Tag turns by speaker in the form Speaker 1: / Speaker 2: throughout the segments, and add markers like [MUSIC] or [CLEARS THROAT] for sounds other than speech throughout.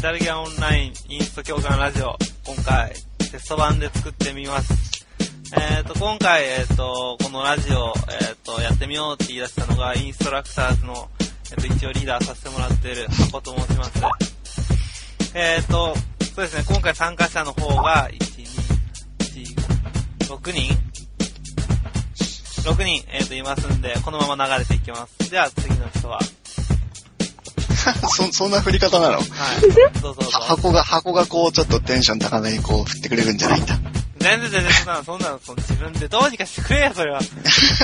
Speaker 1: ダルギャンオンラインインスト教官ラジオ、今回、テスト版で作ってみます。えっ、と、今回、えっ、と、このラジオ、えっ、と、やってみようって言い出したのが、インストラクターズの、えっ、と、一応リーダーさせてもらってる箱と申します。えっ、と、そうですね、今回参加者の方が、1、2、1、6人 ?6 人、えっ、と、いますんで、このまま流れていきます。じゃあ、次の人は、
Speaker 2: そ、そんな振り方なの
Speaker 1: はい。どうぞどうぞ。
Speaker 2: [LAUGHS] 箱が、箱がこう、ちょっとテンション高めにこう、振ってくれるんじゃないんだ。
Speaker 1: 全然全然そんなの、そんなの、その自分でどうにかしてくれや、それは。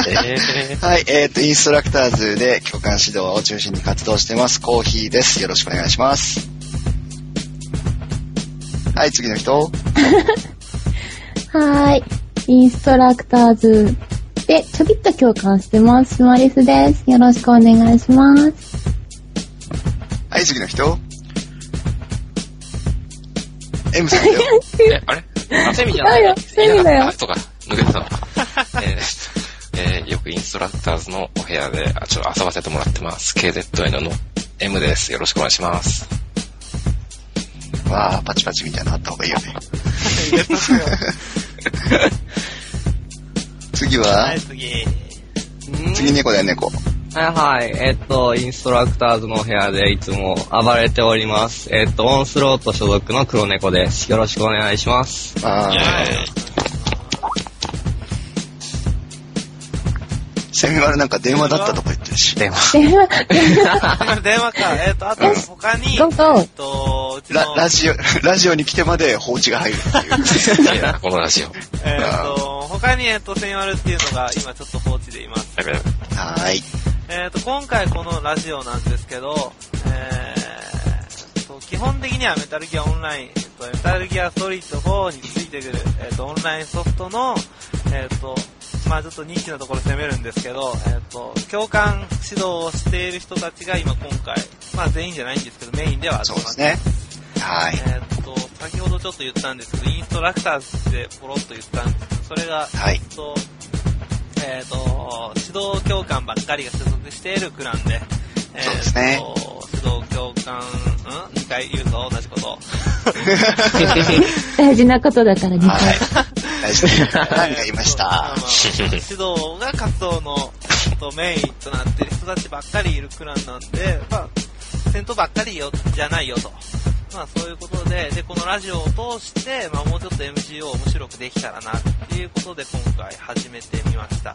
Speaker 3: えー、
Speaker 2: はい、えっ、と、インストラクターズで教官指導を中心に活動してます。コーヒーです。よろしくお願いします。はい、次の人。
Speaker 4: はーい。インストラクターズで、ちょびっと共感してます。スマリスです。よろしくお願いします。
Speaker 2: はい、次の人。M さんだよ。
Speaker 3: え、あ
Speaker 5: [LAUGHS]
Speaker 3: れあセミじゃない
Speaker 4: だよセミだよ
Speaker 3: あ、そうか、抜けてた。えーえーよくインストラクターズのお部屋で、あ、ちょっと遊ばせてもらってます。KZN の M です。よろしくお願いします。
Speaker 2: わー、パチパチみたいなのあった方がいいよね。
Speaker 1: 入れとくよ
Speaker 2: 次は
Speaker 1: はい、、次。
Speaker 2: 次猫だよ、猫。
Speaker 5: はいはい。えっと、インストラクターズのお部屋でいつも暴れております。えっと、オンスロート所属の黒猫です。よろしくお願いします。
Speaker 2: あ
Speaker 1: は
Speaker 2: ー、セミマルなんか電話だったとか言ってるし。
Speaker 3: 電話。
Speaker 4: 電話、
Speaker 1: い。電話か。えっ、と、あと、他に、
Speaker 4: ゴーゴ
Speaker 1: えっ
Speaker 4: ー。
Speaker 1: と、うち
Speaker 2: ラ
Speaker 1: の、
Speaker 2: ラジオ、 [LAUGHS] ラジオに来てまで放置が入るっていう。
Speaker 1: [LAUGHS]
Speaker 3: ダメだなこのラジオ。
Speaker 1: えっ、と、他に、えっ、と、センワルっていうのが、今ちょっと放置でいます。
Speaker 3: やべや
Speaker 2: はーい。
Speaker 1: えっ、と、今回このラジオなんですけど、えーと、基本的にはメタルギアオンライン、えっと、メタルギアソリッド4についてくる、えっと、オンラインソフトの、えっと、まあちょっとニッチなところ攻めるんですけど、えっと、共感指導をしている人たちが今今回、まあ全員じゃないんですけど、メインでは集
Speaker 2: そう
Speaker 1: ま
Speaker 2: で
Speaker 1: ってます
Speaker 2: ね。はい。
Speaker 1: えっと、先ほどちょっと言ったんですけど、インストラクターズってポロッと言ったんですけど、それが、
Speaker 2: はい。
Speaker 1: と、えっ、と、指導教官ばっかりが所属しているクランで、えー
Speaker 2: そうですね
Speaker 1: と指導教官、ん ?2 回言うぞ、同じこと。
Speaker 4: 大事なことだから2
Speaker 2: はい。
Speaker 4: 回。
Speaker 2: 大事な何が言いました
Speaker 1: え。ーとまあまあ指導が活動のとメインとなっている人たちばっかりいるクランなんで、まあ、戦闘ばっかりよじゃないよと。まあそういうことで、で、このラジオを通して、まあもうちょっと MGO を面白くできたらなっていうことで今回始めてみました。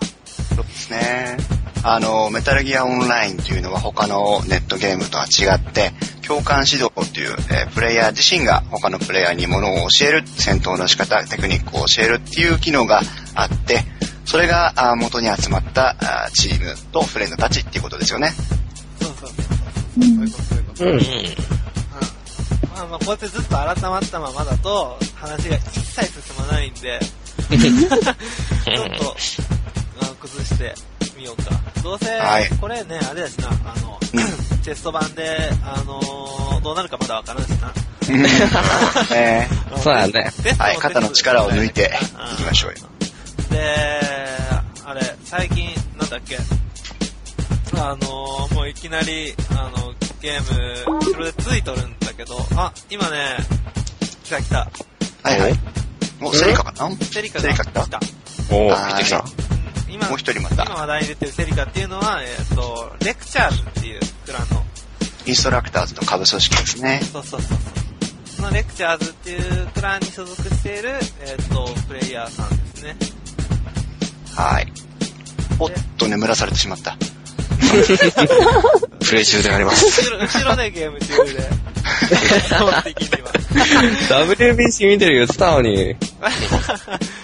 Speaker 2: そうですね。あの、メタルギアオンラインというのは他のネットゲームとは違って、共感指導という、えープレイヤー自身が他のプレイヤーにものを教える、戦闘の仕方、テクニックを教えるっていう機能があって、それがあー元に集まったあーチームとフレンドたちっていうことですよね。
Speaker 1: そうそう
Speaker 4: う
Speaker 1: そう。そうい
Speaker 4: ん
Speaker 1: うこと、そういうこと。
Speaker 3: [LAUGHS] べ。うん。
Speaker 1: うんまあまあ、こうやってずっと改まったままだと、話が一切進まないん
Speaker 5: [LAUGHS]
Speaker 1: で、ちょっと、あの崩してみようか。どうせ
Speaker 2: はい、
Speaker 1: これね、あれだしな、あ
Speaker 2: [CLEARS THROAT]
Speaker 1: の、テスト版で、あのーどうなるかまだわからんしな。
Speaker 2: ね
Speaker 5: そうだね。
Speaker 1: テストもテスト
Speaker 2: はい、肩の力を抜い
Speaker 1: う
Speaker 2: て
Speaker 1: ん
Speaker 2: いきましょうよ。
Speaker 1: で、あれ、最近、なんだっけ、あのー、もういきなり、あの、ゲーム、後ろでついとるんだけど、あ、今ね、来た来た、
Speaker 2: はいはい。もうセリカかな
Speaker 1: セリカ
Speaker 2: セ
Speaker 1: が
Speaker 2: リカ
Speaker 1: 来
Speaker 2: 来た
Speaker 1: た。
Speaker 3: おー、
Speaker 2: は
Speaker 3: 行
Speaker 2: い
Speaker 3: ってきた。
Speaker 1: 今
Speaker 2: もう一人また
Speaker 1: 今話題に出てるセリカっていうのは、えっ、と、レクチャーズっていうクランの、
Speaker 2: インストラクターズの下部組織ですね。
Speaker 1: そうそうそうそう。そのレクチャーズっていうクランに所属している、えっ、と、プレイヤーさんですね。
Speaker 2: はい。おっと眠らされてしまった。
Speaker 3: プレイ中であります。
Speaker 1: 後ろ、後ろでゲーム [LAUGHS] 中で。基本的には。
Speaker 5: WBC 見てる言ってたのに。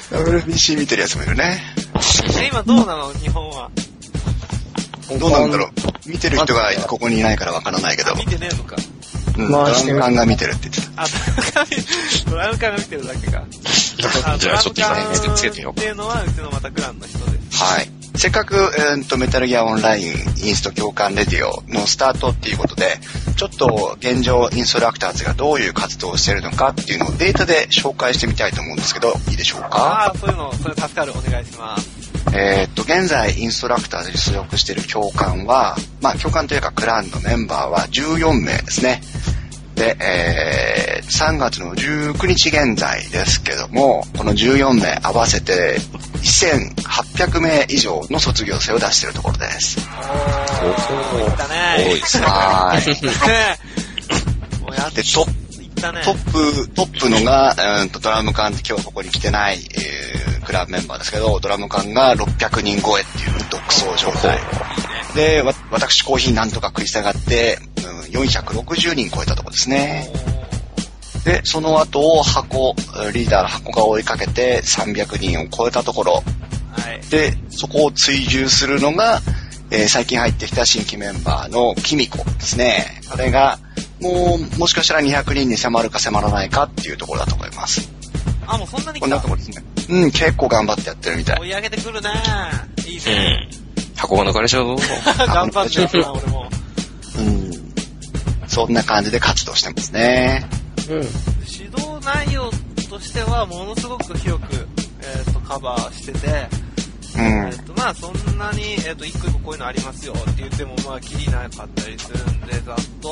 Speaker 2: WBC 見てるやつもいるね。
Speaker 1: え今どうなの日本は。
Speaker 2: どうなんだろう。見てる人がここにいないからわからないけど
Speaker 1: あ、見てねえのか。
Speaker 2: うん、ドラム缶が見てるって言ってた。
Speaker 1: あ、ドラム缶が見てるだけか。あ
Speaker 3: じゃあちょっと一回つけてみよう
Speaker 1: ドラム缶っていうのは、うちのまたクランの人です。
Speaker 2: はい。せっかく、えー、とメタルギアオンラインインスト共感レディオのスタートっていうことで、ちょっと現状インストラクターズがどういう活動をしてるのかっていうのをデータで紹介してみたいと思うんですけど、いいでしょうか
Speaker 1: ああー、そういうの、それ助かる。お願いします。
Speaker 2: えーっと、現在、インストラクターで所属している教官は、まあ、教官というか、クランのメンバーは14名ですね。で、えー3月の19日現在ですけども、この14名合わせて1800名以上の卒業生を出しているところ [LAUGHS] です。
Speaker 1: おー、いった
Speaker 3: 多い
Speaker 1: ね。
Speaker 3: ですね。
Speaker 2: はーい。
Speaker 1: もうやっ
Speaker 2: で、トップ
Speaker 1: いったね。
Speaker 2: トップ、トップのが、うんと、ドラム缶って今日ここに来てない、えークラブメンバーですけど、ドラム缶が600人超えっていう独走状態。で、わ私コーヒーなんとか食い下がって、うん、460人超えたとこですね。で、その後を箱、リーダーの箱が追いかけて300人を超えたところ。
Speaker 1: はい。
Speaker 2: で、そこを追従するのが、えー最近入ってきた新規メンバーのキミコですね。これが、もう、もしかしたら200人に迫るか迫らないかっていうところだと思います。
Speaker 1: あ、もうそんなに
Speaker 2: こ
Speaker 1: 来
Speaker 2: んな
Speaker 1: た
Speaker 2: ところですね。うん、結構頑張ってやってるみたい
Speaker 1: 追。い上げてくるね。いいうね。
Speaker 3: ん。箱が抜かれちゃうぞ。
Speaker 1: 頑張ってやるな、俺も。
Speaker 2: うん。そんな感じで活動してますね。
Speaker 1: 指導内容としては、ものすごく広く、えっ、と、カバーしてて、
Speaker 2: う
Speaker 1: え
Speaker 2: ん。
Speaker 1: っとまあそんなに、えっと一個一個こういうのありますよって言ってもまあきりなかったりするんでざっと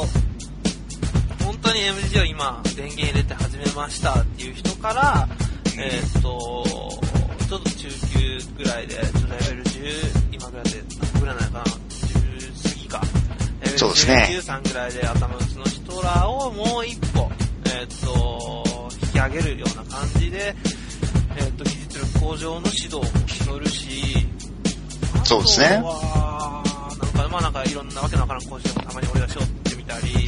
Speaker 1: 本当に MG を今電源入れて始めましたっていう人から、えっとちょっと中級ぐらいでちょっとレベル10今ぐらいで何ぐらいなのかな10過ぎかレベル
Speaker 2: そうですね
Speaker 1: 10 13ぐらいで頭打ちの人らをもう一歩えっと引き上げるような感じでえっと技術力向上の指導も乗るし、
Speaker 2: そうですね
Speaker 1: あとはなんか、まあなんかいろんなわけのわからん講師でもたまに俺がしようってみたり、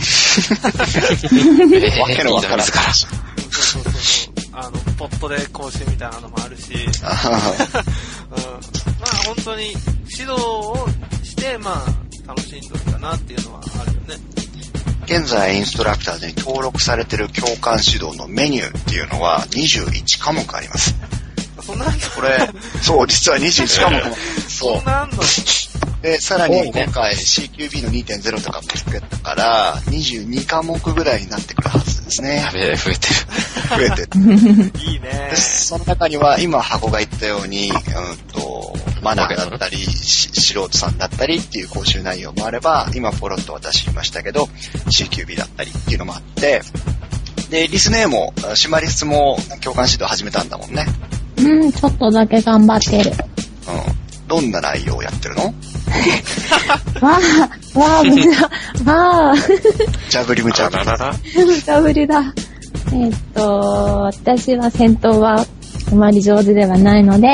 Speaker 3: え
Speaker 2: わけのわからん
Speaker 3: 自ら。
Speaker 1: そうそうそうそう、あの、ポットで講師みたいなのもあるし、
Speaker 2: あは
Speaker 1: う
Speaker 2: は
Speaker 1: ん、まあ本当に指導をして、まあ楽しんどるかなっていうのはあるよね。
Speaker 2: 現在インストラクターズに登録されてる教官指導のメニューっていうのは21科目あります。
Speaker 1: そんなあんの
Speaker 2: これ、そう、実は21科目も。そ
Speaker 1: そんなあんの
Speaker 2: う。で、さらに今回 CQB の2.0とかも作ったから、22科目ぐらいになってくるはずですね
Speaker 3: [LAUGHS] や。べえ、増えてる。
Speaker 2: 増えてって。
Speaker 1: いい
Speaker 2: [LAUGHS]
Speaker 1: ね
Speaker 2: で。その中には、今箱が言ったように、うんと、マナーだったり、し素人さんだったりっていう講習内容もあれば、今ポロッと私言いましたけど、CQB だったりっていうのもあって、で、リスネーも、あシマリスも教官指導始めたんだもんね。
Speaker 4: うん、ちょっとだけ頑張ってる。
Speaker 2: うん。どんな内容をやってるの
Speaker 4: わあ、わあ、無事だ。わあ、
Speaker 2: ジャグリムジャグリム。
Speaker 3: ら。
Speaker 4: 無茶ぶりだ。えっと、私は戦闘はあまり上手ではないので、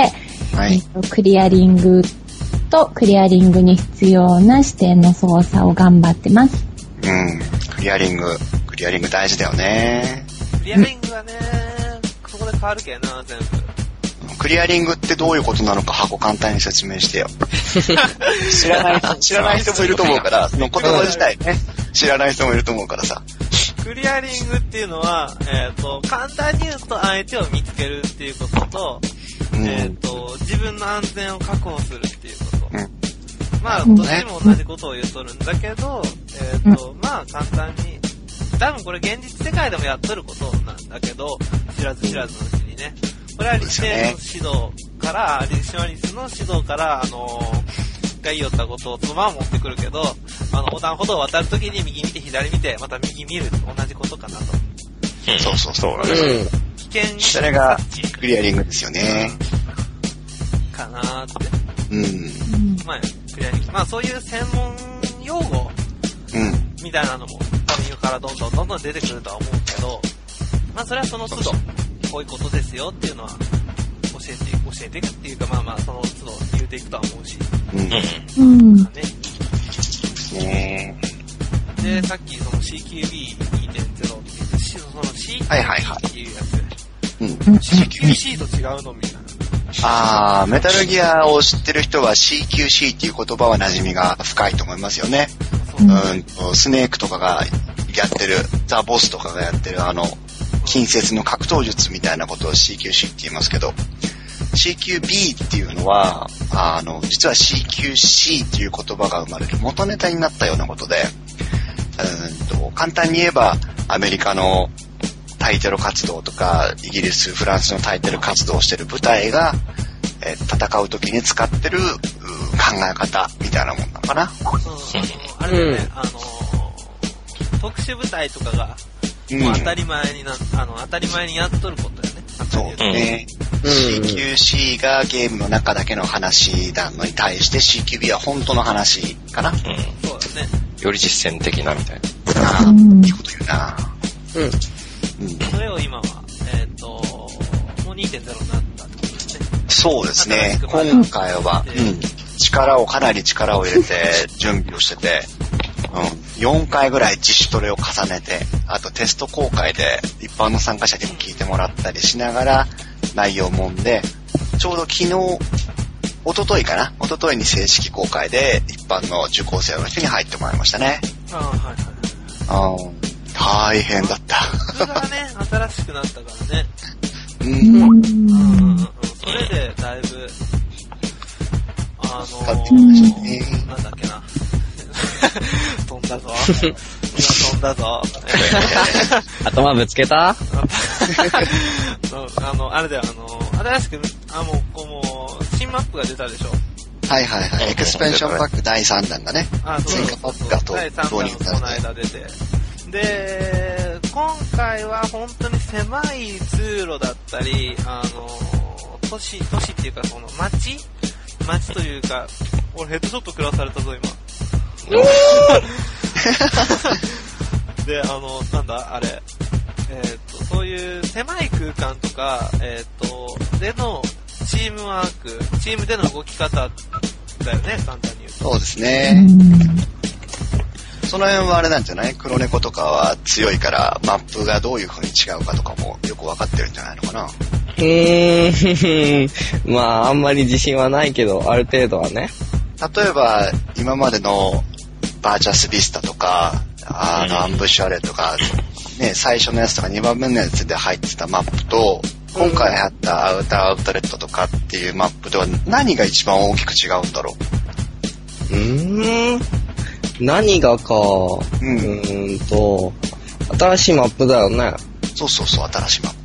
Speaker 2: は
Speaker 4: え
Speaker 2: い
Speaker 4: っ。とクリアリングとクリアリングに必要な視点の操作を頑張ってます。
Speaker 2: うん。クリアリング。クリアリング大事だよね。
Speaker 1: クリアリングはね、そこで変わるけんな、全部。
Speaker 2: クリアリングってどういうことなのか箱簡単に説明 [LAUGHS] してよ。知らない [LAUGHS] 人、知らない人もいると思うから、その言葉自体ね、知らない人もいると思うからさ。
Speaker 1: クリアリングっていうのは、えっ、と、簡単に言うと相手を見つけるっていうことと、
Speaker 2: うん。
Speaker 1: えっ、と、自分の安全を確保するっていうこと。
Speaker 2: うん
Speaker 1: まあ、
Speaker 4: うん
Speaker 1: どっちも同じことを言うとるんだけど、えっ、と、まあ、簡単に、多分これ現実世界でもやっとることなんだけど、知らず知らずのうちにね。これはリスネの指導から、リシマリスの指導から、あのーが言いよったことをそのまま持ってくるけど、あの、横断歩道を渡るときに右見て左見て、また右見る、同じことかなと。
Speaker 2: そうそうそう。
Speaker 5: う
Speaker 1: 危険
Speaker 2: それがクリアリングですよね。
Speaker 1: かなーって。
Speaker 2: うん。
Speaker 1: まあ、クリアリング。まあ、そういう専門用語
Speaker 2: うん。
Speaker 1: みたいなのも、多分言うからどんどんどんどん出てくるとは思うけど、まあ、それはその都度、こういうことですよっていうのは、教えて、教えていくっていうか、まあまあ、その都度言うていくとは思うし、ね。
Speaker 2: うん。
Speaker 4: うん。
Speaker 2: ね
Speaker 1: で、さっきその CQB2.0 って言って、しその CQB
Speaker 2: はいはいはい
Speaker 1: っていうやつ。
Speaker 2: うん。
Speaker 1: QC と違うのみたいな。
Speaker 2: あー、メタルギアを知ってる人は CQC っていう言葉は馴染みが深いと思いますよね。
Speaker 1: そう
Speaker 2: うんと、スネークとかがやってる、ザ・ボスとかがやってるあの、近接の格闘術みたいなことを CQC って言いますけど、CQB っていうのは、あの、実は CQC っていう言葉が生まれる元ネタになったようなことで、うんと、簡単に言えば、アメリカのタイトル活動とか、イギリス、フランスのタイトル活動をしてる部隊が、えー戦う時に使ってるうー考え方みたいなもんなのかな。
Speaker 1: そうそうそうあれだよね、あのー特殊部隊とかが、
Speaker 2: うん
Speaker 1: もう当たり前にな、あの、当たり前にやっとることよね。
Speaker 2: そうね。CQC がゲームの中だけの話なのに対して CQB は本当の話かな。
Speaker 3: うん。
Speaker 1: そうですね。
Speaker 3: より実践的なみたいな。
Speaker 2: あ
Speaker 4: う
Speaker 2: あ、
Speaker 4: ん
Speaker 2: いいこと言うな。
Speaker 6: うん。
Speaker 2: うん、
Speaker 1: それを今は、えっ、と、もう2.0になったってことですね。
Speaker 2: そうです
Speaker 1: 新し
Speaker 2: ね。
Speaker 1: くまた
Speaker 2: 今回は、
Speaker 1: う
Speaker 2: うんん、力を、かなり力を入れて、 [LAUGHS] 準備をしてて、うん、4回ぐらい自主トレを重ねて、あとテスト公開で一般の参加者にも聞いてもらったりしながら、内容もんで、ちょうど昨日、一昨日かな一昨日に正式公開で一般の受講生の人に入ってもらいましたね。
Speaker 1: ああ、はいはい。
Speaker 2: うん、大変だった。
Speaker 1: それがね、新しくなったからね。
Speaker 2: うん、
Speaker 1: うんうんうん
Speaker 4: う。
Speaker 1: それで、だいぶ、あの
Speaker 2: 変わって
Speaker 4: きました
Speaker 2: ね
Speaker 1: ー、なんだっけ [LAUGHS] な。飛んだぞ。今飛んだぞ。
Speaker 5: 頭ぶつけ
Speaker 1: [LAUGHS]
Speaker 5: た
Speaker 1: あの、あれだよ、あの、新しく、あ、もう、こう、もう、新マップが出たでしょ。
Speaker 2: はいはいはい。エクスペンションパック第3弾だね。
Speaker 1: あ、そう
Speaker 2: 追加パックがと
Speaker 1: 第3弾
Speaker 2: 導入されて
Speaker 1: この間出て。で、今回は本当に狭い通路だったり、あの、都市、都市っていうか、その街街というか、俺ヘッドショット食らされたぞ、今。で、あの、なんだ、あれ、えーっと、そういう狭い空間とか、えーっと、でのチームワーク、チームでの動き方だよね、簡単に言うと。
Speaker 2: そうですね。その辺はあれなんじゃない黒猫とかは強いから、マップがどういう風に違うかとかもよくわかってるんじゃないのかな。
Speaker 5: うーん。まあ、あんまり自信はないけど、ある程度はね。
Speaker 2: 例えば、今までのバーチャスビスタとか、あの、アンブッシュアレとか、ね、最初のやつとか2番目のやつで入ってたマップと、今回あったアウターアウトレットとかっていうマップでは何が一番大きく違うんだろ
Speaker 5: うーん。何がか、うんーんと、新しいマップだよね。
Speaker 2: うそうそうそう、新しいマップ。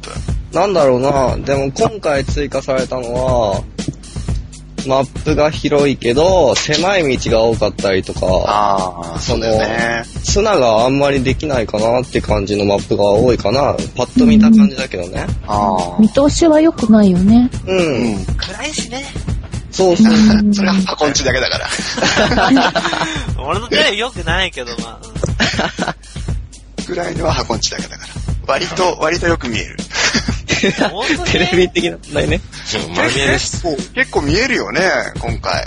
Speaker 5: なんだろうな。でも今回追加されたのは、マップが広いけど、狭い道が多かったりとか、
Speaker 2: ああ、そうだよね。
Speaker 5: 砂があんまりできないかなって感じのマップが多いかな。パッと見た感じだけどね。
Speaker 2: ああ。
Speaker 4: 見通しは良くないよね。
Speaker 5: う。
Speaker 2: うんん。
Speaker 1: 暗いしね。
Speaker 5: そうそう。
Speaker 2: それは箱ん [LAUGHS] ちだけだから。
Speaker 1: [LAUGHS] 俺のテレビ良くないけど、まあ。うん
Speaker 2: ぐらいのは箱んちだけだから。割と、割とよく見える。
Speaker 1: 本当にね
Speaker 5: [LAUGHS] テレビ的な問題ね。
Speaker 3: うん丸見
Speaker 2: [LAUGHS]
Speaker 3: えです。
Speaker 2: そう結構見えるよね、今回。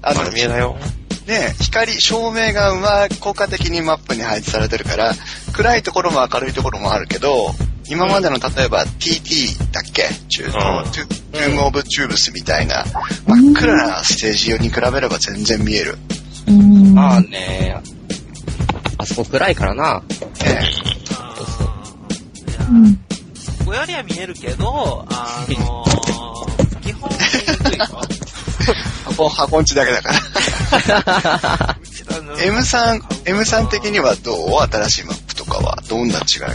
Speaker 2: あの
Speaker 3: 丸、見えだよ。
Speaker 2: ね、光、照明がうまく効果的にマップに配置されてるから、暗いところも明るいところもあるけど、今までの例えば TT だっけチュー
Speaker 3: うん
Speaker 2: トゥトゥームオブチューブスみたいな、真っ暗なステージ用に比べれば全然見える。
Speaker 4: うん。
Speaker 5: まあね、あそこ暗いからな。
Speaker 2: ね、
Speaker 1: うんいや
Speaker 4: うん
Speaker 1: そこよりは見えるけど、あのー、基本見にくいよ。
Speaker 2: 箱、箱んちだけだから。
Speaker 1: うちだな
Speaker 2: [LAUGHS] M さん、M さん的にはどう新しいマップとかは、どんな違いが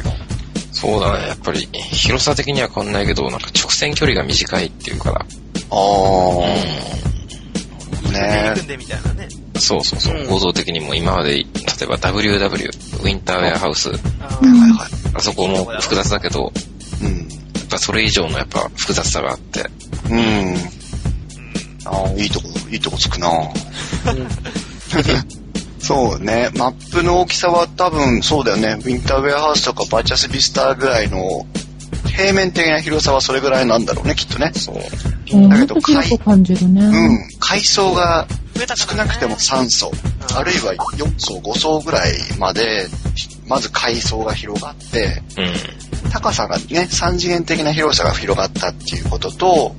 Speaker 3: そうだね。やっぱり、広さ的には変わんないけど、なんか直線距離が短いっていうから。
Speaker 2: ああ、ね
Speaker 1: 組んでみたいなね。
Speaker 3: そうそうそうう。
Speaker 5: ん
Speaker 3: 構造的にも今まで、例えば WW、ウィンターウェアハウス、
Speaker 1: あ
Speaker 2: は
Speaker 1: ー
Speaker 2: いはい。
Speaker 3: あそこも複雑だけど、
Speaker 2: うん。
Speaker 3: やっぱそれ以上のやっぱ複雑さがあって、
Speaker 2: うん。ああ、いいとこ、いいとこつくなそうね。マップの大きさは多分そうだよね。ウィンターウェアハウスとかバーチャスビスターぐらいの平面的な広さはそれぐらいなんだろうね、きっとね。
Speaker 3: そう。
Speaker 4: うん。
Speaker 2: だ
Speaker 4: も
Speaker 2: け
Speaker 4: っ
Speaker 2: ど
Speaker 4: と広く感じるね。
Speaker 2: うん。階層が
Speaker 1: 増えたか
Speaker 2: 少
Speaker 1: ら
Speaker 2: な
Speaker 1: ね
Speaker 2: くても3層、あるいは4層、5層ぐらいまで、まず階層が広がって、
Speaker 3: うん。
Speaker 2: 高さがね、3次元的な広さが広がったっていうことと、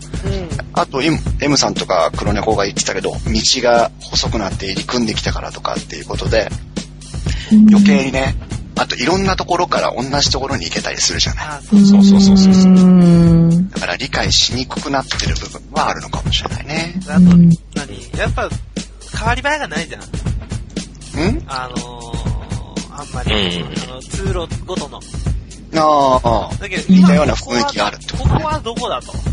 Speaker 2: あと、M, M さんとか黒猫が言ってたけど、道が細くなって入り組んできたからとかっていうことで、
Speaker 4: うん
Speaker 2: 余計にね、あといろんなところから同じところに行けたりするじゃない。
Speaker 1: あー
Speaker 4: うん
Speaker 3: そうそうそうそうそう
Speaker 4: うん
Speaker 2: だから理解しにくくなってる部分はあるのかもしれないね。
Speaker 1: あと、何やっぱ、変わり映えがないじゃん。
Speaker 2: ん
Speaker 1: あのー、あんまり、
Speaker 3: うん
Speaker 1: あの通路ごとの。
Speaker 2: ああ、
Speaker 1: だけど、
Speaker 2: 似
Speaker 1: 今
Speaker 2: たような雰囲気があるって
Speaker 1: ここはどこだと。 [LAUGHS]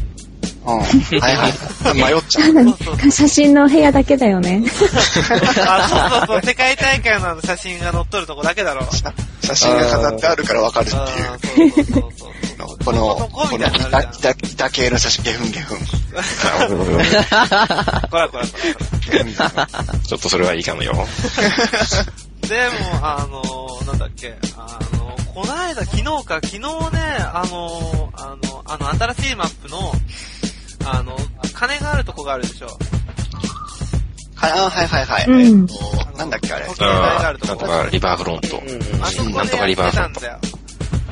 Speaker 2: うん。はいはい。迷っちゃう。
Speaker 1: そうそうそう
Speaker 4: 写真のお部屋だけだよね。
Speaker 1: あ、そうそうそう、世界大会の写真が載っとるとこだけ
Speaker 2: [LAUGHS]
Speaker 1: だろ。
Speaker 2: 写写真が飾ってあるからわかるっていう
Speaker 1: あ。ーそうそうそうそう。
Speaker 2: この、
Speaker 1: ここ
Speaker 2: こ
Speaker 1: みた
Speaker 2: の
Speaker 1: いになるじゃん
Speaker 2: 板、板、板系の写真、ゲフンゲフン。
Speaker 1: こらこらこらこ
Speaker 2: ゲフンゲフン
Speaker 3: ちょっとそれはいいかもよ。
Speaker 1: ら。でも、あのー、なんだっけ、あのー、こないだ、昨日か、昨日ね、あのー、あの、あの、新しいマップの、あの、金があるとこがあるでしょ。
Speaker 2: はい、あはいはいはい。
Speaker 4: うん
Speaker 2: えっと、なんだっけあれ。
Speaker 1: 時計台があ
Speaker 3: あ
Speaker 1: る
Speaker 3: ー
Speaker 1: と
Speaker 3: なんと
Speaker 1: こ。
Speaker 3: かリバーフロント。
Speaker 1: あそこ
Speaker 3: なんとか
Speaker 1: で
Speaker 3: リ
Speaker 1: や
Speaker 3: バ
Speaker 1: って
Speaker 3: ーフロ
Speaker 1: た
Speaker 3: ン
Speaker 1: ん
Speaker 3: ト。
Speaker 1: だよ。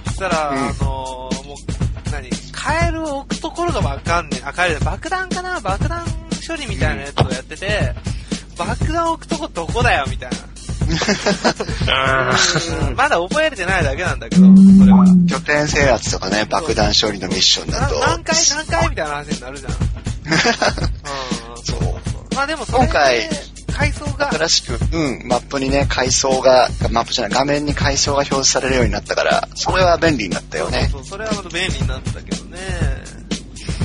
Speaker 1: そしたら、
Speaker 2: うん
Speaker 1: あのー、もう、何カエルを置くところがわかんねえ。あ、カエルじゃない爆弾かな爆弾処理みたいなやつをやってて、爆弾置くとこどこだよみたいな。
Speaker 3: あ
Speaker 1: まだ覚えれてないだけなんだけど、それは。
Speaker 2: 拠点制圧とかね、爆弾処理のミッションだ
Speaker 1: な
Speaker 2: と。
Speaker 1: 何回何回みたいな話になるじゃん。うん。
Speaker 2: [LAUGHS] そう。
Speaker 1: まあでもそれ
Speaker 2: 今回、
Speaker 1: 階層が、
Speaker 2: 新しく、うん、マップにね、階層が、マップじゃない、画面に階層が表示されるようになったから、それは便利になったよね。
Speaker 1: そうそう、それはまた便利になったけどね。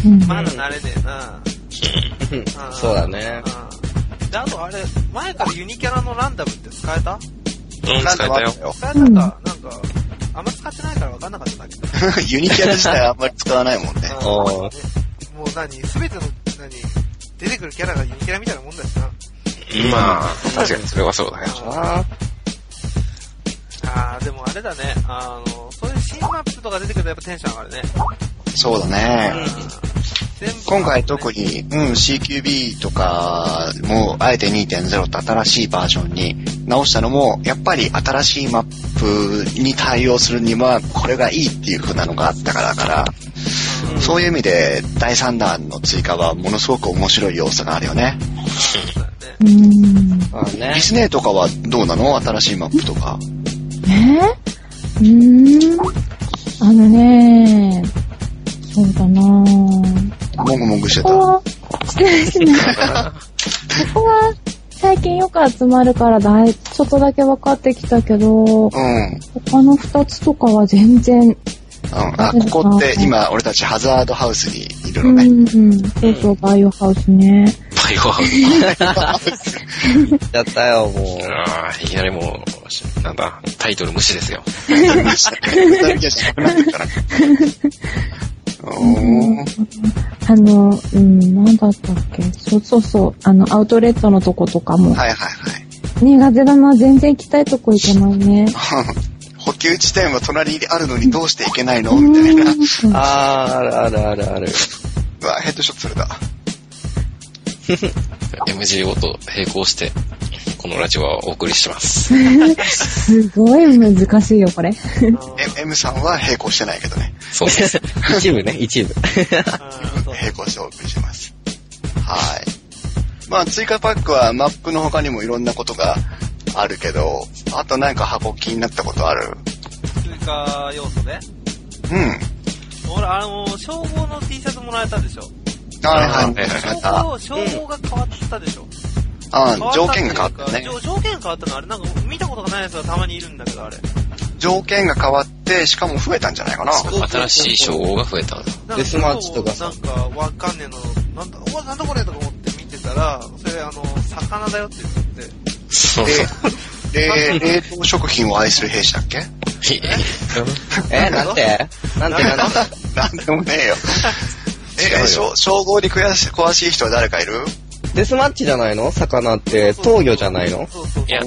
Speaker 4: うん
Speaker 1: まだ慣れねえな。ん
Speaker 5: そうだね。
Speaker 1: うんで、あとあれ、前からユニキャラのランダムって使えた
Speaker 3: うん、
Speaker 2: なん
Speaker 3: 使
Speaker 2: か
Speaker 3: え
Speaker 2: もあ
Speaker 3: た
Speaker 2: っ
Speaker 3: よ
Speaker 2: た。よ。
Speaker 1: 使えたか、
Speaker 4: うん
Speaker 1: なんか、あんま使ってないから分かんなかったんだけど。
Speaker 2: [LAUGHS] ユニキャラ自体あんまり使わないもんね。
Speaker 1: うん
Speaker 5: お
Speaker 1: もう何すべての、何出てくるキャラがユニキャラみたいなもんだしな。
Speaker 3: まあ、確かにそれはそうだよ。
Speaker 1: あー、でもあれだね。あの、そういう新マップとか出てくるとやっぱテンション上がるね。
Speaker 2: そうだね。
Speaker 1: 全部
Speaker 2: 今回特に、うん、CQB とかも、あえて2.0って新しいバージョンに直したのも、やっぱり新しいマップに対応するには、これがいいっていう風なのがあったからだから、そういう意味で、第3弾の追加はものすごく面白い要素があるよね。
Speaker 1: そうだね
Speaker 4: うん
Speaker 5: そうね
Speaker 2: リ。スネーとかはどうなの新しいマップとか。
Speaker 4: えー、うーん。あのねそうだなぁ。
Speaker 2: もぐもぐして
Speaker 4: ここ
Speaker 2: た。
Speaker 4: は、してないしてない。ここは、最近よく集まるからだい、ちょっとだけ分かってきたけど、
Speaker 2: うん。
Speaker 4: 他の二つとかは全然、
Speaker 2: うん、あ、ここって今、俺たちハザードハウスにいるのね。
Speaker 4: うんうん。そうそう、バイオハウスね。
Speaker 3: バイオハウス。
Speaker 5: やったよ、もう。
Speaker 3: ああ、いきなりもう、なんだ、タイトル無視ですよ。
Speaker 2: おー
Speaker 4: あの、うん、なんだったっけそうそうそう、あの、アウトレットのとことかも。
Speaker 2: はいはいはい。
Speaker 4: 苦手だな、全然行きたいとこ行けないね。
Speaker 2: 補給地点は隣にあるのにどうしていけないの
Speaker 4: う
Speaker 2: みたいな。
Speaker 4: ん
Speaker 5: あー、あるあるあるある。
Speaker 2: うわ、ヘッドショットそれだ。
Speaker 3: MGO と並行して、このラジオはお送りします。
Speaker 4: すごい難しいよ、これ。
Speaker 2: [LAUGHS] え M さんは並行してないけどね。
Speaker 3: そうです。
Speaker 5: 一部ね、一部。
Speaker 1: うんそう
Speaker 2: 並行してお送りしてます。はい。まあ、追加パックはマップの他にもいろんなことがあるけど、あとなんか箱気になったことある
Speaker 1: 追加要素で。
Speaker 2: うん。
Speaker 1: 俺、あの、称号の T シャツもらえたでしょ。
Speaker 2: はいはい。
Speaker 3: はい
Speaker 1: 称
Speaker 2: あ
Speaker 1: 号、称号が変わったでしょ。
Speaker 2: あ、条件が変わったね
Speaker 1: じ。ょ条件変わったのあれ、なんか見たことがないやつがたまにいるんだけど、あれ。
Speaker 2: 条件が変わって、しかも増えたんじゃないかな。
Speaker 3: 新しい称号が増えたの。
Speaker 1: なん
Speaker 5: デスマッチとかさ
Speaker 1: なんかわかんねえの、なんだ、おなんだこれとか思って見てたら、それあの、魚だよって言って、
Speaker 3: [LAUGHS] そう
Speaker 2: で、で冷凍食品を愛する兵士だっけ
Speaker 5: え、なんてなんてなんて
Speaker 2: なんでもねえよ。え、え、しょ称号に詳し詳しい人は誰かいる
Speaker 5: デスマッチじゃないの魚って、闘魚じゃないの
Speaker 1: そうそうそう。
Speaker 3: いや、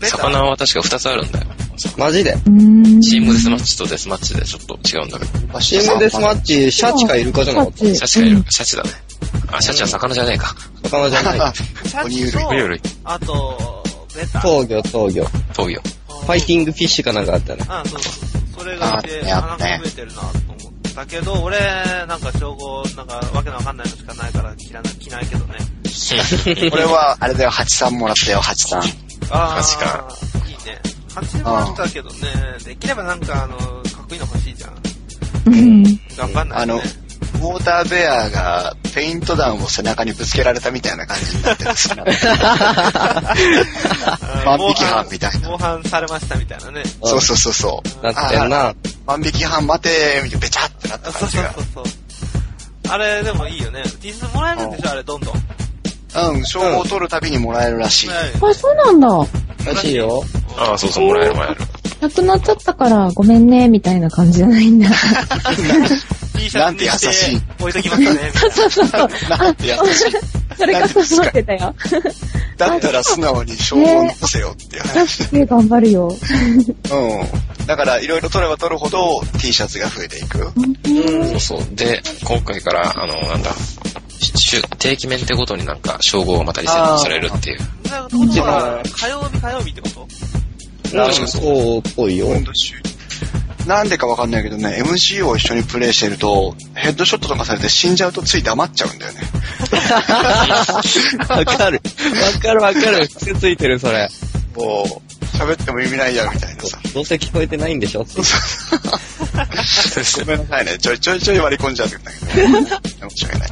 Speaker 1: 出た
Speaker 3: 魚は確か2つあるんだよ。
Speaker 5: マジで
Speaker 4: うん
Speaker 3: チームデスマッチとデスマッチでちょっと違うんだけど。
Speaker 5: チーム
Speaker 2: [LAUGHS]
Speaker 5: デスマッチ、シャチかイルカじゃなかっ
Speaker 4: シャチ
Speaker 5: た
Speaker 3: シャチがいる。シャチだね。あ、シャチは魚じゃねえか。
Speaker 5: 魚じ
Speaker 2: [LAUGHS]
Speaker 5: ゃない。
Speaker 1: シャ
Speaker 2: 哺
Speaker 1: チ
Speaker 2: 乳
Speaker 1: と
Speaker 2: 類。
Speaker 3: 哺乳類。
Speaker 1: あと、出た。
Speaker 5: 闘魚、闘魚。フ
Speaker 3: 闘魚。
Speaker 1: フ
Speaker 5: ァイティングフィッシュかなんかあったね。
Speaker 1: あそうそうそう。それがいて、
Speaker 2: あ
Speaker 1: あなんか増えてるなと思ったけど、俺、なんか称号、なんかわけのわかんないのしかないから着らな着ないけどね。
Speaker 2: これは、あれだよ、83もらったよ、83。
Speaker 1: あ
Speaker 3: 八か
Speaker 1: ー。いいね。8はあったけどね、できればなんかあの、かっこいいの欲しいじゃん。
Speaker 4: うん。
Speaker 1: 頑張んな
Speaker 2: あ
Speaker 1: いと
Speaker 2: の、ウ
Speaker 1: ね。
Speaker 2: ォーターベアが、ペイント弾を背中にぶつけられたみたいな感じになって
Speaker 5: [LAUGHS]
Speaker 2: るんですよ
Speaker 1: あ
Speaker 2: 万引き犯みたいな
Speaker 1: 防犯されましたみたいなね。
Speaker 2: そうそうそうそう。
Speaker 5: なってんな。
Speaker 2: 万引き犯待てー、みたいな、べちゃってなった
Speaker 1: あそう
Speaker 2: 感じ
Speaker 1: そう
Speaker 2: が
Speaker 1: そ。うそう。あれ、でもいいよね。T シャツもらえるんでしょあれ、どんどん。も
Speaker 2: うん、賞を取るたびにもらえるらしい。
Speaker 1: らえる
Speaker 4: あれ、そうなんだ。
Speaker 5: らしいよ。
Speaker 3: ああ、そうそう、もらえるもらえる。
Speaker 4: なくなっちゃったから、ごめんね、みたいな感じじゃない
Speaker 2: [LAUGHS]
Speaker 4: んだ。
Speaker 1: T シャツにして置いときますね。みたいな
Speaker 4: そうそうそう。
Speaker 2: なんて優しい。
Speaker 4: それがそう思ってたよ。
Speaker 2: だったら素直に賞を乗せよっていう話。
Speaker 4: すげえ頑張るよ。
Speaker 2: うん。だから、いろいろ取れば取るほど T シャツが増えていく。
Speaker 3: そうそう。で、今回から、あの、なんだ、週定期メンテごとになんか、称号がまたリセットされるっていう。
Speaker 1: [LAUGHS] じゃあ、ってことは、火曜日火曜日ってこと
Speaker 5: なんかそうっぽいよ。
Speaker 2: なんでかわかんないけどね、MCO を一緒にプレイしてると、ヘッドショットとかされて死んじゃうとつい黙っちゃうんだよね。
Speaker 5: わかる。わかるわかる。癖ついてる、それ。
Speaker 2: もう、喋っても意味ないや、みたいなさ。
Speaker 5: どうせ聞こえてないんでしょって
Speaker 2: [LAUGHS] ごめんなさいね。ちょいちょいちょい割り込んじゃうんだけど。申し訳ない。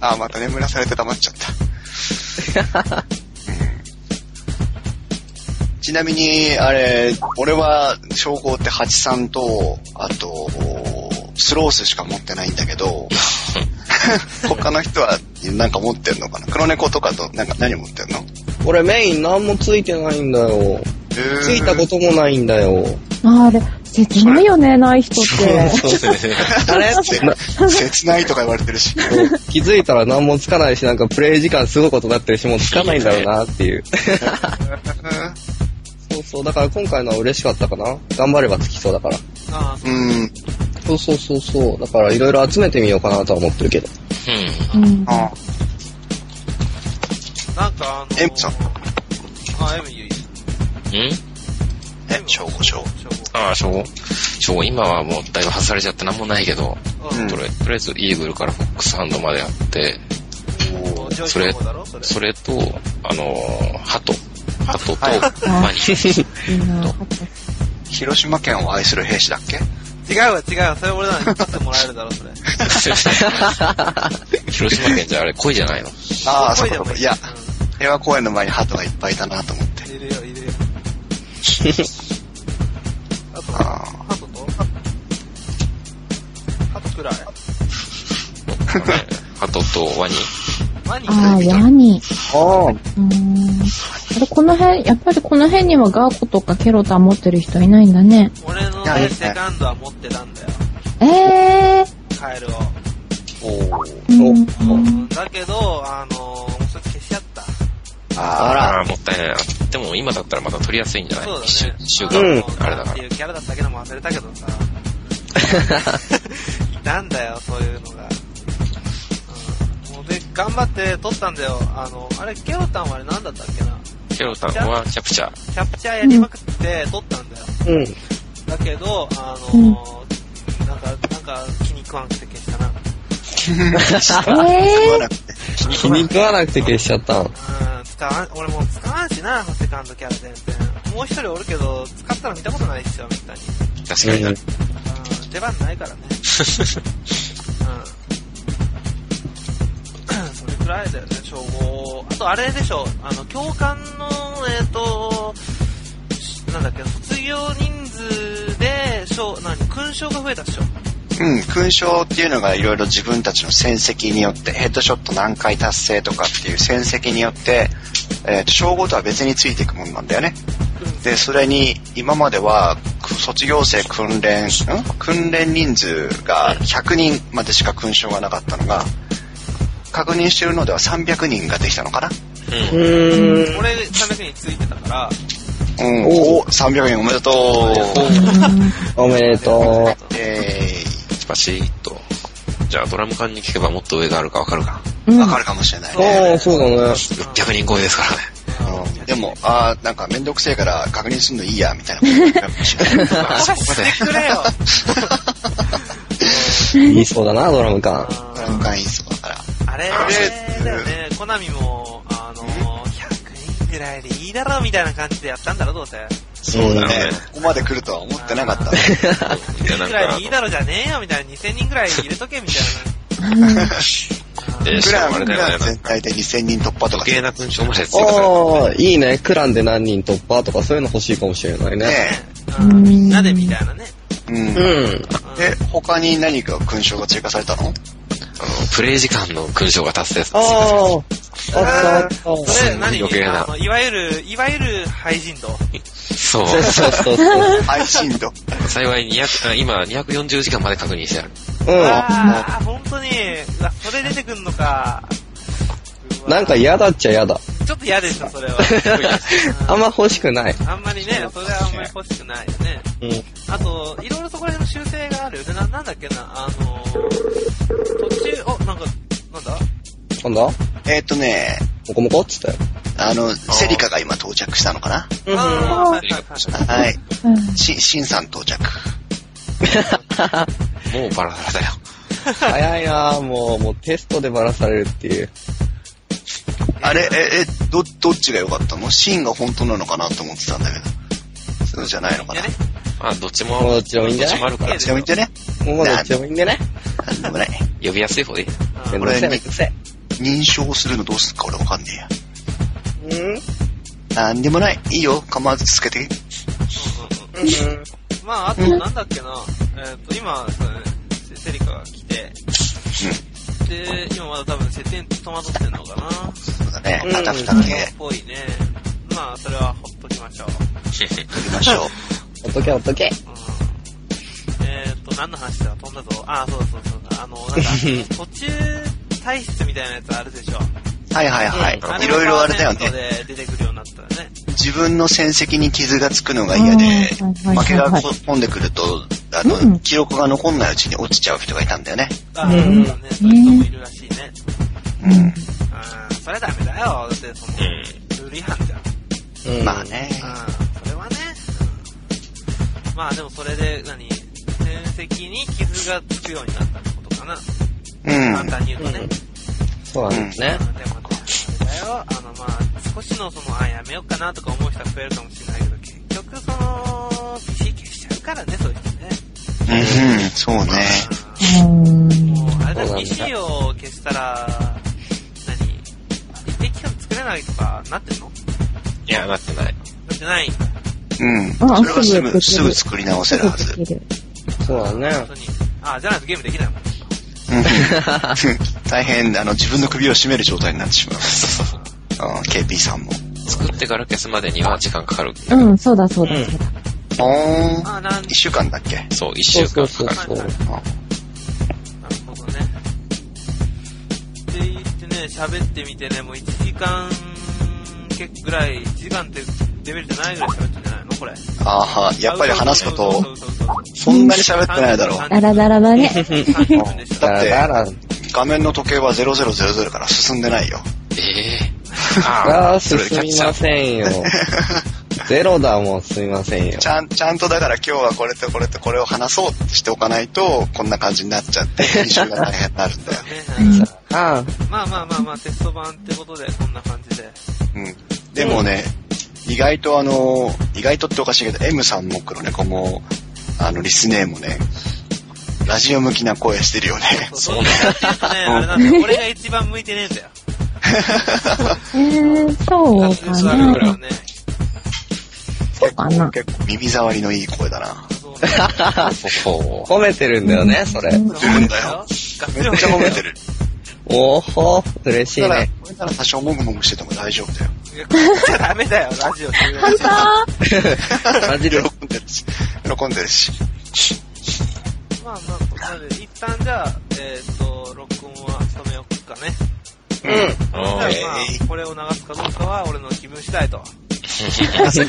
Speaker 2: あー、また眠らされて黙っちゃった。うんちなみに、あれ、俺は、称号って83と、あと、スロースしか持ってないんだけど、 [LAUGHS] 他の人はなんか持ってんのかな黒猫とかと、なんか何持ってんの
Speaker 5: 俺メイン何もついてないんだよ。ついたこともないんだよ。
Speaker 4: あれ、切ないよね、ない人って。
Speaker 5: そうですね。あれってな
Speaker 2: と [LAUGHS] 切ないとか言われてるし。
Speaker 5: [LAUGHS] 気づいたら何もつかないし、なんかプレイ時間すごいことになってるし、もうつかないんだろうなっていう。そうそう、だから今回のは嬉しかったかな。頑張ればつきそうだから。
Speaker 1: ああ、
Speaker 2: うん。
Speaker 5: そうそうそうそう。だからいろいろ集めてみようかなとは思ってるけど。
Speaker 3: うん。
Speaker 4: うん。
Speaker 2: あ
Speaker 1: なんかあのー、
Speaker 2: エムさん
Speaker 1: あ、エムゆい。
Speaker 3: うん
Speaker 2: え、称号称
Speaker 1: 称
Speaker 2: 号。
Speaker 1: 号
Speaker 3: ああ、称号。称号、今はもうだいぶ外されちゃってなんもないけど、
Speaker 1: う
Speaker 2: うん
Speaker 1: ん。
Speaker 3: とりあえとりあえずイーグルからフォックスハンドまであって、
Speaker 1: お上位
Speaker 3: それ
Speaker 1: 称号だろそれ。
Speaker 3: それと、あのー、ハト。ハトと、
Speaker 4: はい
Speaker 3: マ [LAUGHS] ニ。
Speaker 4: いいな
Speaker 2: 広島県を愛する兵士だっけ
Speaker 1: 違うわ、違うわ。それ俺らに
Speaker 2: [LAUGHS]
Speaker 1: 取ってもらえるだろ、それ。
Speaker 3: 広島県じゃあれ恋じゃないの
Speaker 2: ああ、そ
Speaker 1: こ
Speaker 2: う
Speaker 1: いで
Speaker 2: か
Speaker 1: も
Speaker 2: そう
Speaker 1: い
Speaker 2: か。いや、平和公園の前にハトがいっぱいいたなと思って。
Speaker 1: うんいるよ、いるよ。あと、ハ
Speaker 2: ああ。
Speaker 1: トとハトくらい。
Speaker 3: ハトとワニ
Speaker 1: ワニ
Speaker 4: ああ、ワニ。
Speaker 5: ああ、
Speaker 4: うーん。あれ、この辺、やっぱりこの辺にはガーコとかケロタ持ってる人いないんだね。
Speaker 1: 俺の
Speaker 2: いやいい
Speaker 1: ね、
Speaker 2: ね
Speaker 1: セカンドは持ってたんだよ。
Speaker 4: ええ
Speaker 1: カエルを。
Speaker 4: ー。うん
Speaker 1: うんだけど、あのー、もうそれ消しちゃった。
Speaker 2: あ
Speaker 3: あ
Speaker 2: ら、
Speaker 3: あ、もったいないな。でも今だったらまた取りやすいんじゃない
Speaker 1: そうだね。
Speaker 3: 一週一週
Speaker 1: あの
Speaker 3: 間、
Speaker 1: ー
Speaker 3: あれだ
Speaker 1: っ
Speaker 3: か
Speaker 1: て
Speaker 3: ら
Speaker 1: い。うキャラだったけども忘れたけど [LAUGHS] さ。いたんだよ、そういうのが。うん。もうで、頑張って撮ったんだよ。あの、あれ、ケロタンはあれ何だったっけな。
Speaker 3: ケロタンはキャプチャー。
Speaker 1: キャプチャーやりまくって撮ったんだよ。
Speaker 5: うん。
Speaker 1: だけど、あのーなんか、なんか気に食わんくて消したな。
Speaker 4: え
Speaker 2: 食
Speaker 4: え
Speaker 2: わなくて。
Speaker 5: 気に食わなくて消しちゃったの。
Speaker 1: うん、使わん、俺もう使わんしな、セカンドキャラ全然。もう一人おるけど、使ったの見たことないっすよ、みたいに。
Speaker 3: 確かにな。
Speaker 1: うん、 [CLEARS THROAT] 出番ないからね。うん。それくらいだよね、称号。あとあれでしょ、あの、教官の、えっ、と、しなんだっけ、卒業人数で、賞、何、勲章が増えたっしょ。
Speaker 2: うん、勲章っていうのがいろいろ自分たちの戦績によって、ヘッドショット何回達成とかっていう戦績によって、えーと、称号とは別についていくものなんだよね。で、それに、今までは、く卒業生訓練、ん訓練人数が100人までしか勲章がなかったのが、確認してるのでは300人ができたのかな
Speaker 5: う
Speaker 3: うん。
Speaker 5: ーん。
Speaker 1: 俺、300人ついてたから、
Speaker 2: うん、
Speaker 5: お
Speaker 2: お300人おめでとう
Speaker 5: おめでと。
Speaker 2: え
Speaker 3: パシーッと。じゃあドラム缶に聞けばもっと上があるかわかるか。
Speaker 2: ー、わかるかもしれないうね。
Speaker 5: ああ、そうだね。
Speaker 3: 600人超えですからね。
Speaker 2: うんでも、あーなんかめんどくせえから確認すんのいいや、みたいなことになるかもしれない。
Speaker 1: あ
Speaker 3: あそこまで。
Speaker 1: してくれ
Speaker 3: [LAUGHS]
Speaker 1: よ
Speaker 5: 言いそうだな、ドラム缶。
Speaker 2: [LAUGHS]
Speaker 1: う
Speaker 2: ドラ
Speaker 1: ん
Speaker 2: ム缶いいそうだから。
Speaker 1: あれだよね、コナミも、あのー、100人ぐらいでいいだろうみたいな感じでやったんだろ、どうせ。
Speaker 2: そうだね
Speaker 3: うん。
Speaker 2: ここまで来るとは思ってなかった。
Speaker 3: いや、
Speaker 1: 100
Speaker 3: な
Speaker 1: 人
Speaker 3: ん
Speaker 1: ぐ
Speaker 3: からあ
Speaker 1: いでいいだろうじゃねえよみたいな、2000人ぐらい入れとけみた
Speaker 3: の、で、し
Speaker 2: ク
Speaker 3: か
Speaker 2: ラ
Speaker 3: もあ
Speaker 2: ン、ク
Speaker 3: れだよ
Speaker 2: ラ
Speaker 3: ね
Speaker 2: ン。全体で2000人突破とか
Speaker 3: 余計
Speaker 2: ね
Speaker 3: な勲章まで追加され
Speaker 5: ああ、いいね。クランで何人突破とかそういうの欲しいかもしれないね。
Speaker 1: いな。うん、みんなでみたいなね。
Speaker 2: うん。
Speaker 5: うん。
Speaker 2: [LAUGHS] で、他に何か勲章が追加されたの
Speaker 3: あの、プレイ時間の勲章が達成されて
Speaker 6: ああ、あったあった。
Speaker 1: それ何
Speaker 3: 余計な
Speaker 1: あのいわゆる、いわゆる廃人道。
Speaker 3: そう。
Speaker 6: そうそうそうそう。
Speaker 2: 配信度。
Speaker 3: 幸い200、あ今240時間まで確認してあ
Speaker 6: [LAUGHS]
Speaker 3: る。
Speaker 6: う
Speaker 1: ああ、本当に、うわそれ出てくんのか。う
Speaker 6: ん。
Speaker 1: わ
Speaker 6: なんか嫌だっちゃ嫌だ。
Speaker 1: ちょっと嫌でしょ、それは。
Speaker 6: [LAUGHS] あんま欲しくない。
Speaker 1: あんまりね、それはあんまり欲しくないよね。
Speaker 6: うん。
Speaker 1: あと、いろいろそこら辺の修正があるよね。な、なんだっけな、あのー途中、お、なんか、なんだ
Speaker 6: 今度は
Speaker 2: えーっとね、
Speaker 6: モコモコっつったよ。
Speaker 2: あの、セリカが今到着したのかな
Speaker 1: あーはいはいはい
Speaker 2: はい。
Speaker 4: うん
Speaker 2: し、シンさん到着。
Speaker 3: もうバラバラだよ。
Speaker 6: 早いなぁ、もう、もうテストでバラされるっていう。
Speaker 2: あれ、え、え、ど、どっちが良かったのシンが本当なのかなと思ってたんだけど。そうじゃないのか
Speaker 1: いや
Speaker 2: な
Speaker 1: ね。
Speaker 3: まあ、どっちも、
Speaker 6: もうどっちもいいんじゃない
Speaker 3: どっちもあるか
Speaker 1: い
Speaker 3: ら
Speaker 1: や、
Speaker 2: ちなみにね、
Speaker 6: もうどっちでもいいんでね。
Speaker 2: なんでもない。
Speaker 3: 呼びやすい
Speaker 6: [LAUGHS]
Speaker 3: 方でいい。
Speaker 1: あ
Speaker 6: めん
Speaker 1: ー
Speaker 6: どくせえめんどくせ
Speaker 2: 認証するのどうすっか俺わかんねえや。
Speaker 6: え。うんうん
Speaker 2: なんでもない。いいよ。構わず続けて。
Speaker 1: まあ、あと、なんだっけな、えっ、と、今、そうねセセリカが来て、で、今まだ多分、設定戸惑ってんのかな。
Speaker 2: そうだね
Speaker 6: う。ん
Speaker 2: あたふた系
Speaker 1: っぽいね。まあ、それはほっときましょう。
Speaker 2: 取りましょう。
Speaker 6: ほっとけほっとけ。
Speaker 1: うんえーっと、何の話だ飛んだぞ。あー、そうだそうだそうだ。あの、なん
Speaker 2: [LAUGHS]
Speaker 1: か、途中体質みたいなやつあるでしょ。
Speaker 2: はいはいはい。いろいろあれだよね。
Speaker 1: で出てくるようになったらね。
Speaker 2: 自分の戦績に傷がつくのが嫌で、
Speaker 4: うんはいはいはいはい
Speaker 2: 負けが込んでくると、あの、
Speaker 4: うん
Speaker 2: 記録が残んないうちに落ちちゃう人がいたんだよね。
Speaker 1: あー、
Speaker 6: うん
Speaker 1: そうだね。そういう人もいるらしいね。
Speaker 2: うん。
Speaker 1: うん、それはダメだよ。だって、その、ルール違反じゃん。
Speaker 6: うん。
Speaker 2: まあね。
Speaker 1: うん、それはね。うんまあ、でもそれで、何戦績に傷がつくようになったってことかな。
Speaker 2: うん。
Speaker 1: 簡単に言うとね。
Speaker 6: うんそうなんですね。
Speaker 1: でも、あれだよ、あの、まあ、少しの、その、あ、やめようかなとか思う人は増えるかもしれないけど、結局、その、PC 消しちゃうからね、そういう人ね。
Speaker 2: うん、そうね。
Speaker 4: うん
Speaker 1: もう、あれだ
Speaker 6: そうなんだ
Speaker 1: よ、PC を消したら、何一定期間作れないとか、なってんの
Speaker 3: いや、なってない。
Speaker 1: なってない。
Speaker 2: うん。
Speaker 4: あ
Speaker 2: それはす
Speaker 4: すぐ
Speaker 2: ぐ、すぐ作り直せるはず。
Speaker 4: できる
Speaker 6: そうだね。
Speaker 1: 本当に。あ、じゃないとゲームできないもん。
Speaker 2: うん [LAUGHS] 大変、あの、自分の首を絞める状態になってしまう。うん、KP さんも。
Speaker 3: 作ってから消すまでには時間かかる。
Speaker 4: うん、そうだそうだそうだ。
Speaker 2: おーん。
Speaker 1: あ、なん
Speaker 2: 一週間だっけ
Speaker 3: そう、一
Speaker 6: そ
Speaker 3: 週
Speaker 6: うそ
Speaker 3: 間
Speaker 6: う
Speaker 3: か
Speaker 6: そう
Speaker 3: かる。
Speaker 6: そう。
Speaker 1: なるほどね。って言ってね、喋ってみてね、もう1時間結構ぐらい、1時間ってレベルじゃないぐらい喋ってんじゃないのこれ。
Speaker 2: ああ、やっぱり話すこ
Speaker 1: そう
Speaker 2: と、
Speaker 1: そうそうそう、
Speaker 2: そんなに喋ってないだろう。
Speaker 4: ダラダラだ
Speaker 1: [LAUGHS]
Speaker 4: ね。
Speaker 1: 30分でした。
Speaker 2: だ
Speaker 6: だ
Speaker 2: っ
Speaker 6: ら
Speaker 2: て
Speaker 6: だら、
Speaker 2: 画面の時計は0000から進んでないよ。
Speaker 3: ええ
Speaker 6: あ
Speaker 3: あ
Speaker 6: あ、進みません [LAUGHS] よ。ゼロだもん、すみませんよ
Speaker 2: ち。ゃん、ちゃんとだから今日はこれとこれとこれを話そうってしておかないと、こんな感じになっちゃって、編集が大変になるんだよ。
Speaker 1: ね
Speaker 6: あ
Speaker 1: まあまあまあまあ、テスト版ってことで、こんな感じで。
Speaker 2: うん。でもね、意外とあの、意外とっておかしいけど、M さんも黒猫も、あの、リスネーもね、ラジオ向きな声してるよね。
Speaker 1: そうね。ね、あれなんだよ。俺が一番向いてねえんだよ。
Speaker 4: えー、そうか
Speaker 1: 座るから
Speaker 4: な。
Speaker 1: ね。
Speaker 4: そうかな。
Speaker 2: 結構耳障りのいい声だな。
Speaker 1: そうね。
Speaker 3: あ、ほほ
Speaker 6: [LAUGHS] あ、褒めてるんだよね、それ。
Speaker 2: んだよ
Speaker 1: がっつり
Speaker 2: めっちゃ褒めてる。
Speaker 6: おほ、嬉しい
Speaker 2: だから、
Speaker 6: ね。
Speaker 2: これなら多少もぐもぐしてても大丈夫だよ。
Speaker 1: いやこっちゃダメだよ、ラ
Speaker 2: [LAUGHS]
Speaker 1: ジオ中
Speaker 4: 本当
Speaker 6: マジで。
Speaker 2: 喜んでるし。喜んでるし。
Speaker 1: まあまあ、なので、一旦じゃあ、えっ、と、録音は止めおくかね。
Speaker 6: うん。
Speaker 1: じゃあま
Speaker 3: う。
Speaker 1: あ、これを流すかどうかは俺の気分次第と。うん。
Speaker 2: あそ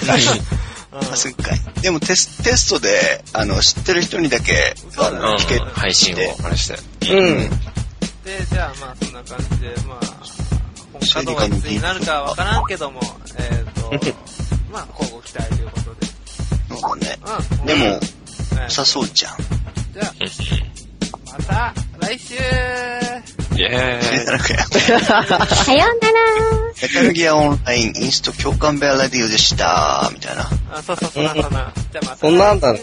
Speaker 2: っかいでもテステストで、あの、知ってる人にだけ、あ
Speaker 1: そう
Speaker 2: の
Speaker 1: だね
Speaker 2: 聞け
Speaker 3: うん、配信を、あれして。
Speaker 6: うん。
Speaker 1: で、じゃあまあ、そんな感じで、まあ、本家動はいつになるかわからんけども、えっ、 [LAUGHS] と、まあ、交互期待ということで。
Speaker 2: そうだね。
Speaker 1: うん。
Speaker 2: で
Speaker 1: え
Speaker 2: も、
Speaker 1: ー
Speaker 2: 良さそうじゃん。
Speaker 1: じゃあ、また、来週
Speaker 3: イェ
Speaker 2: それな
Speaker 3: ー
Speaker 2: らかよ
Speaker 4: さようなら。
Speaker 2: メタルギアオンラインインスト共感ベアラディオでした、みたいな。
Speaker 1: [LAUGHS] あ、そうそうそう、そんな、そんな。じゃあまた来週。
Speaker 6: そんなんだ
Speaker 1: ま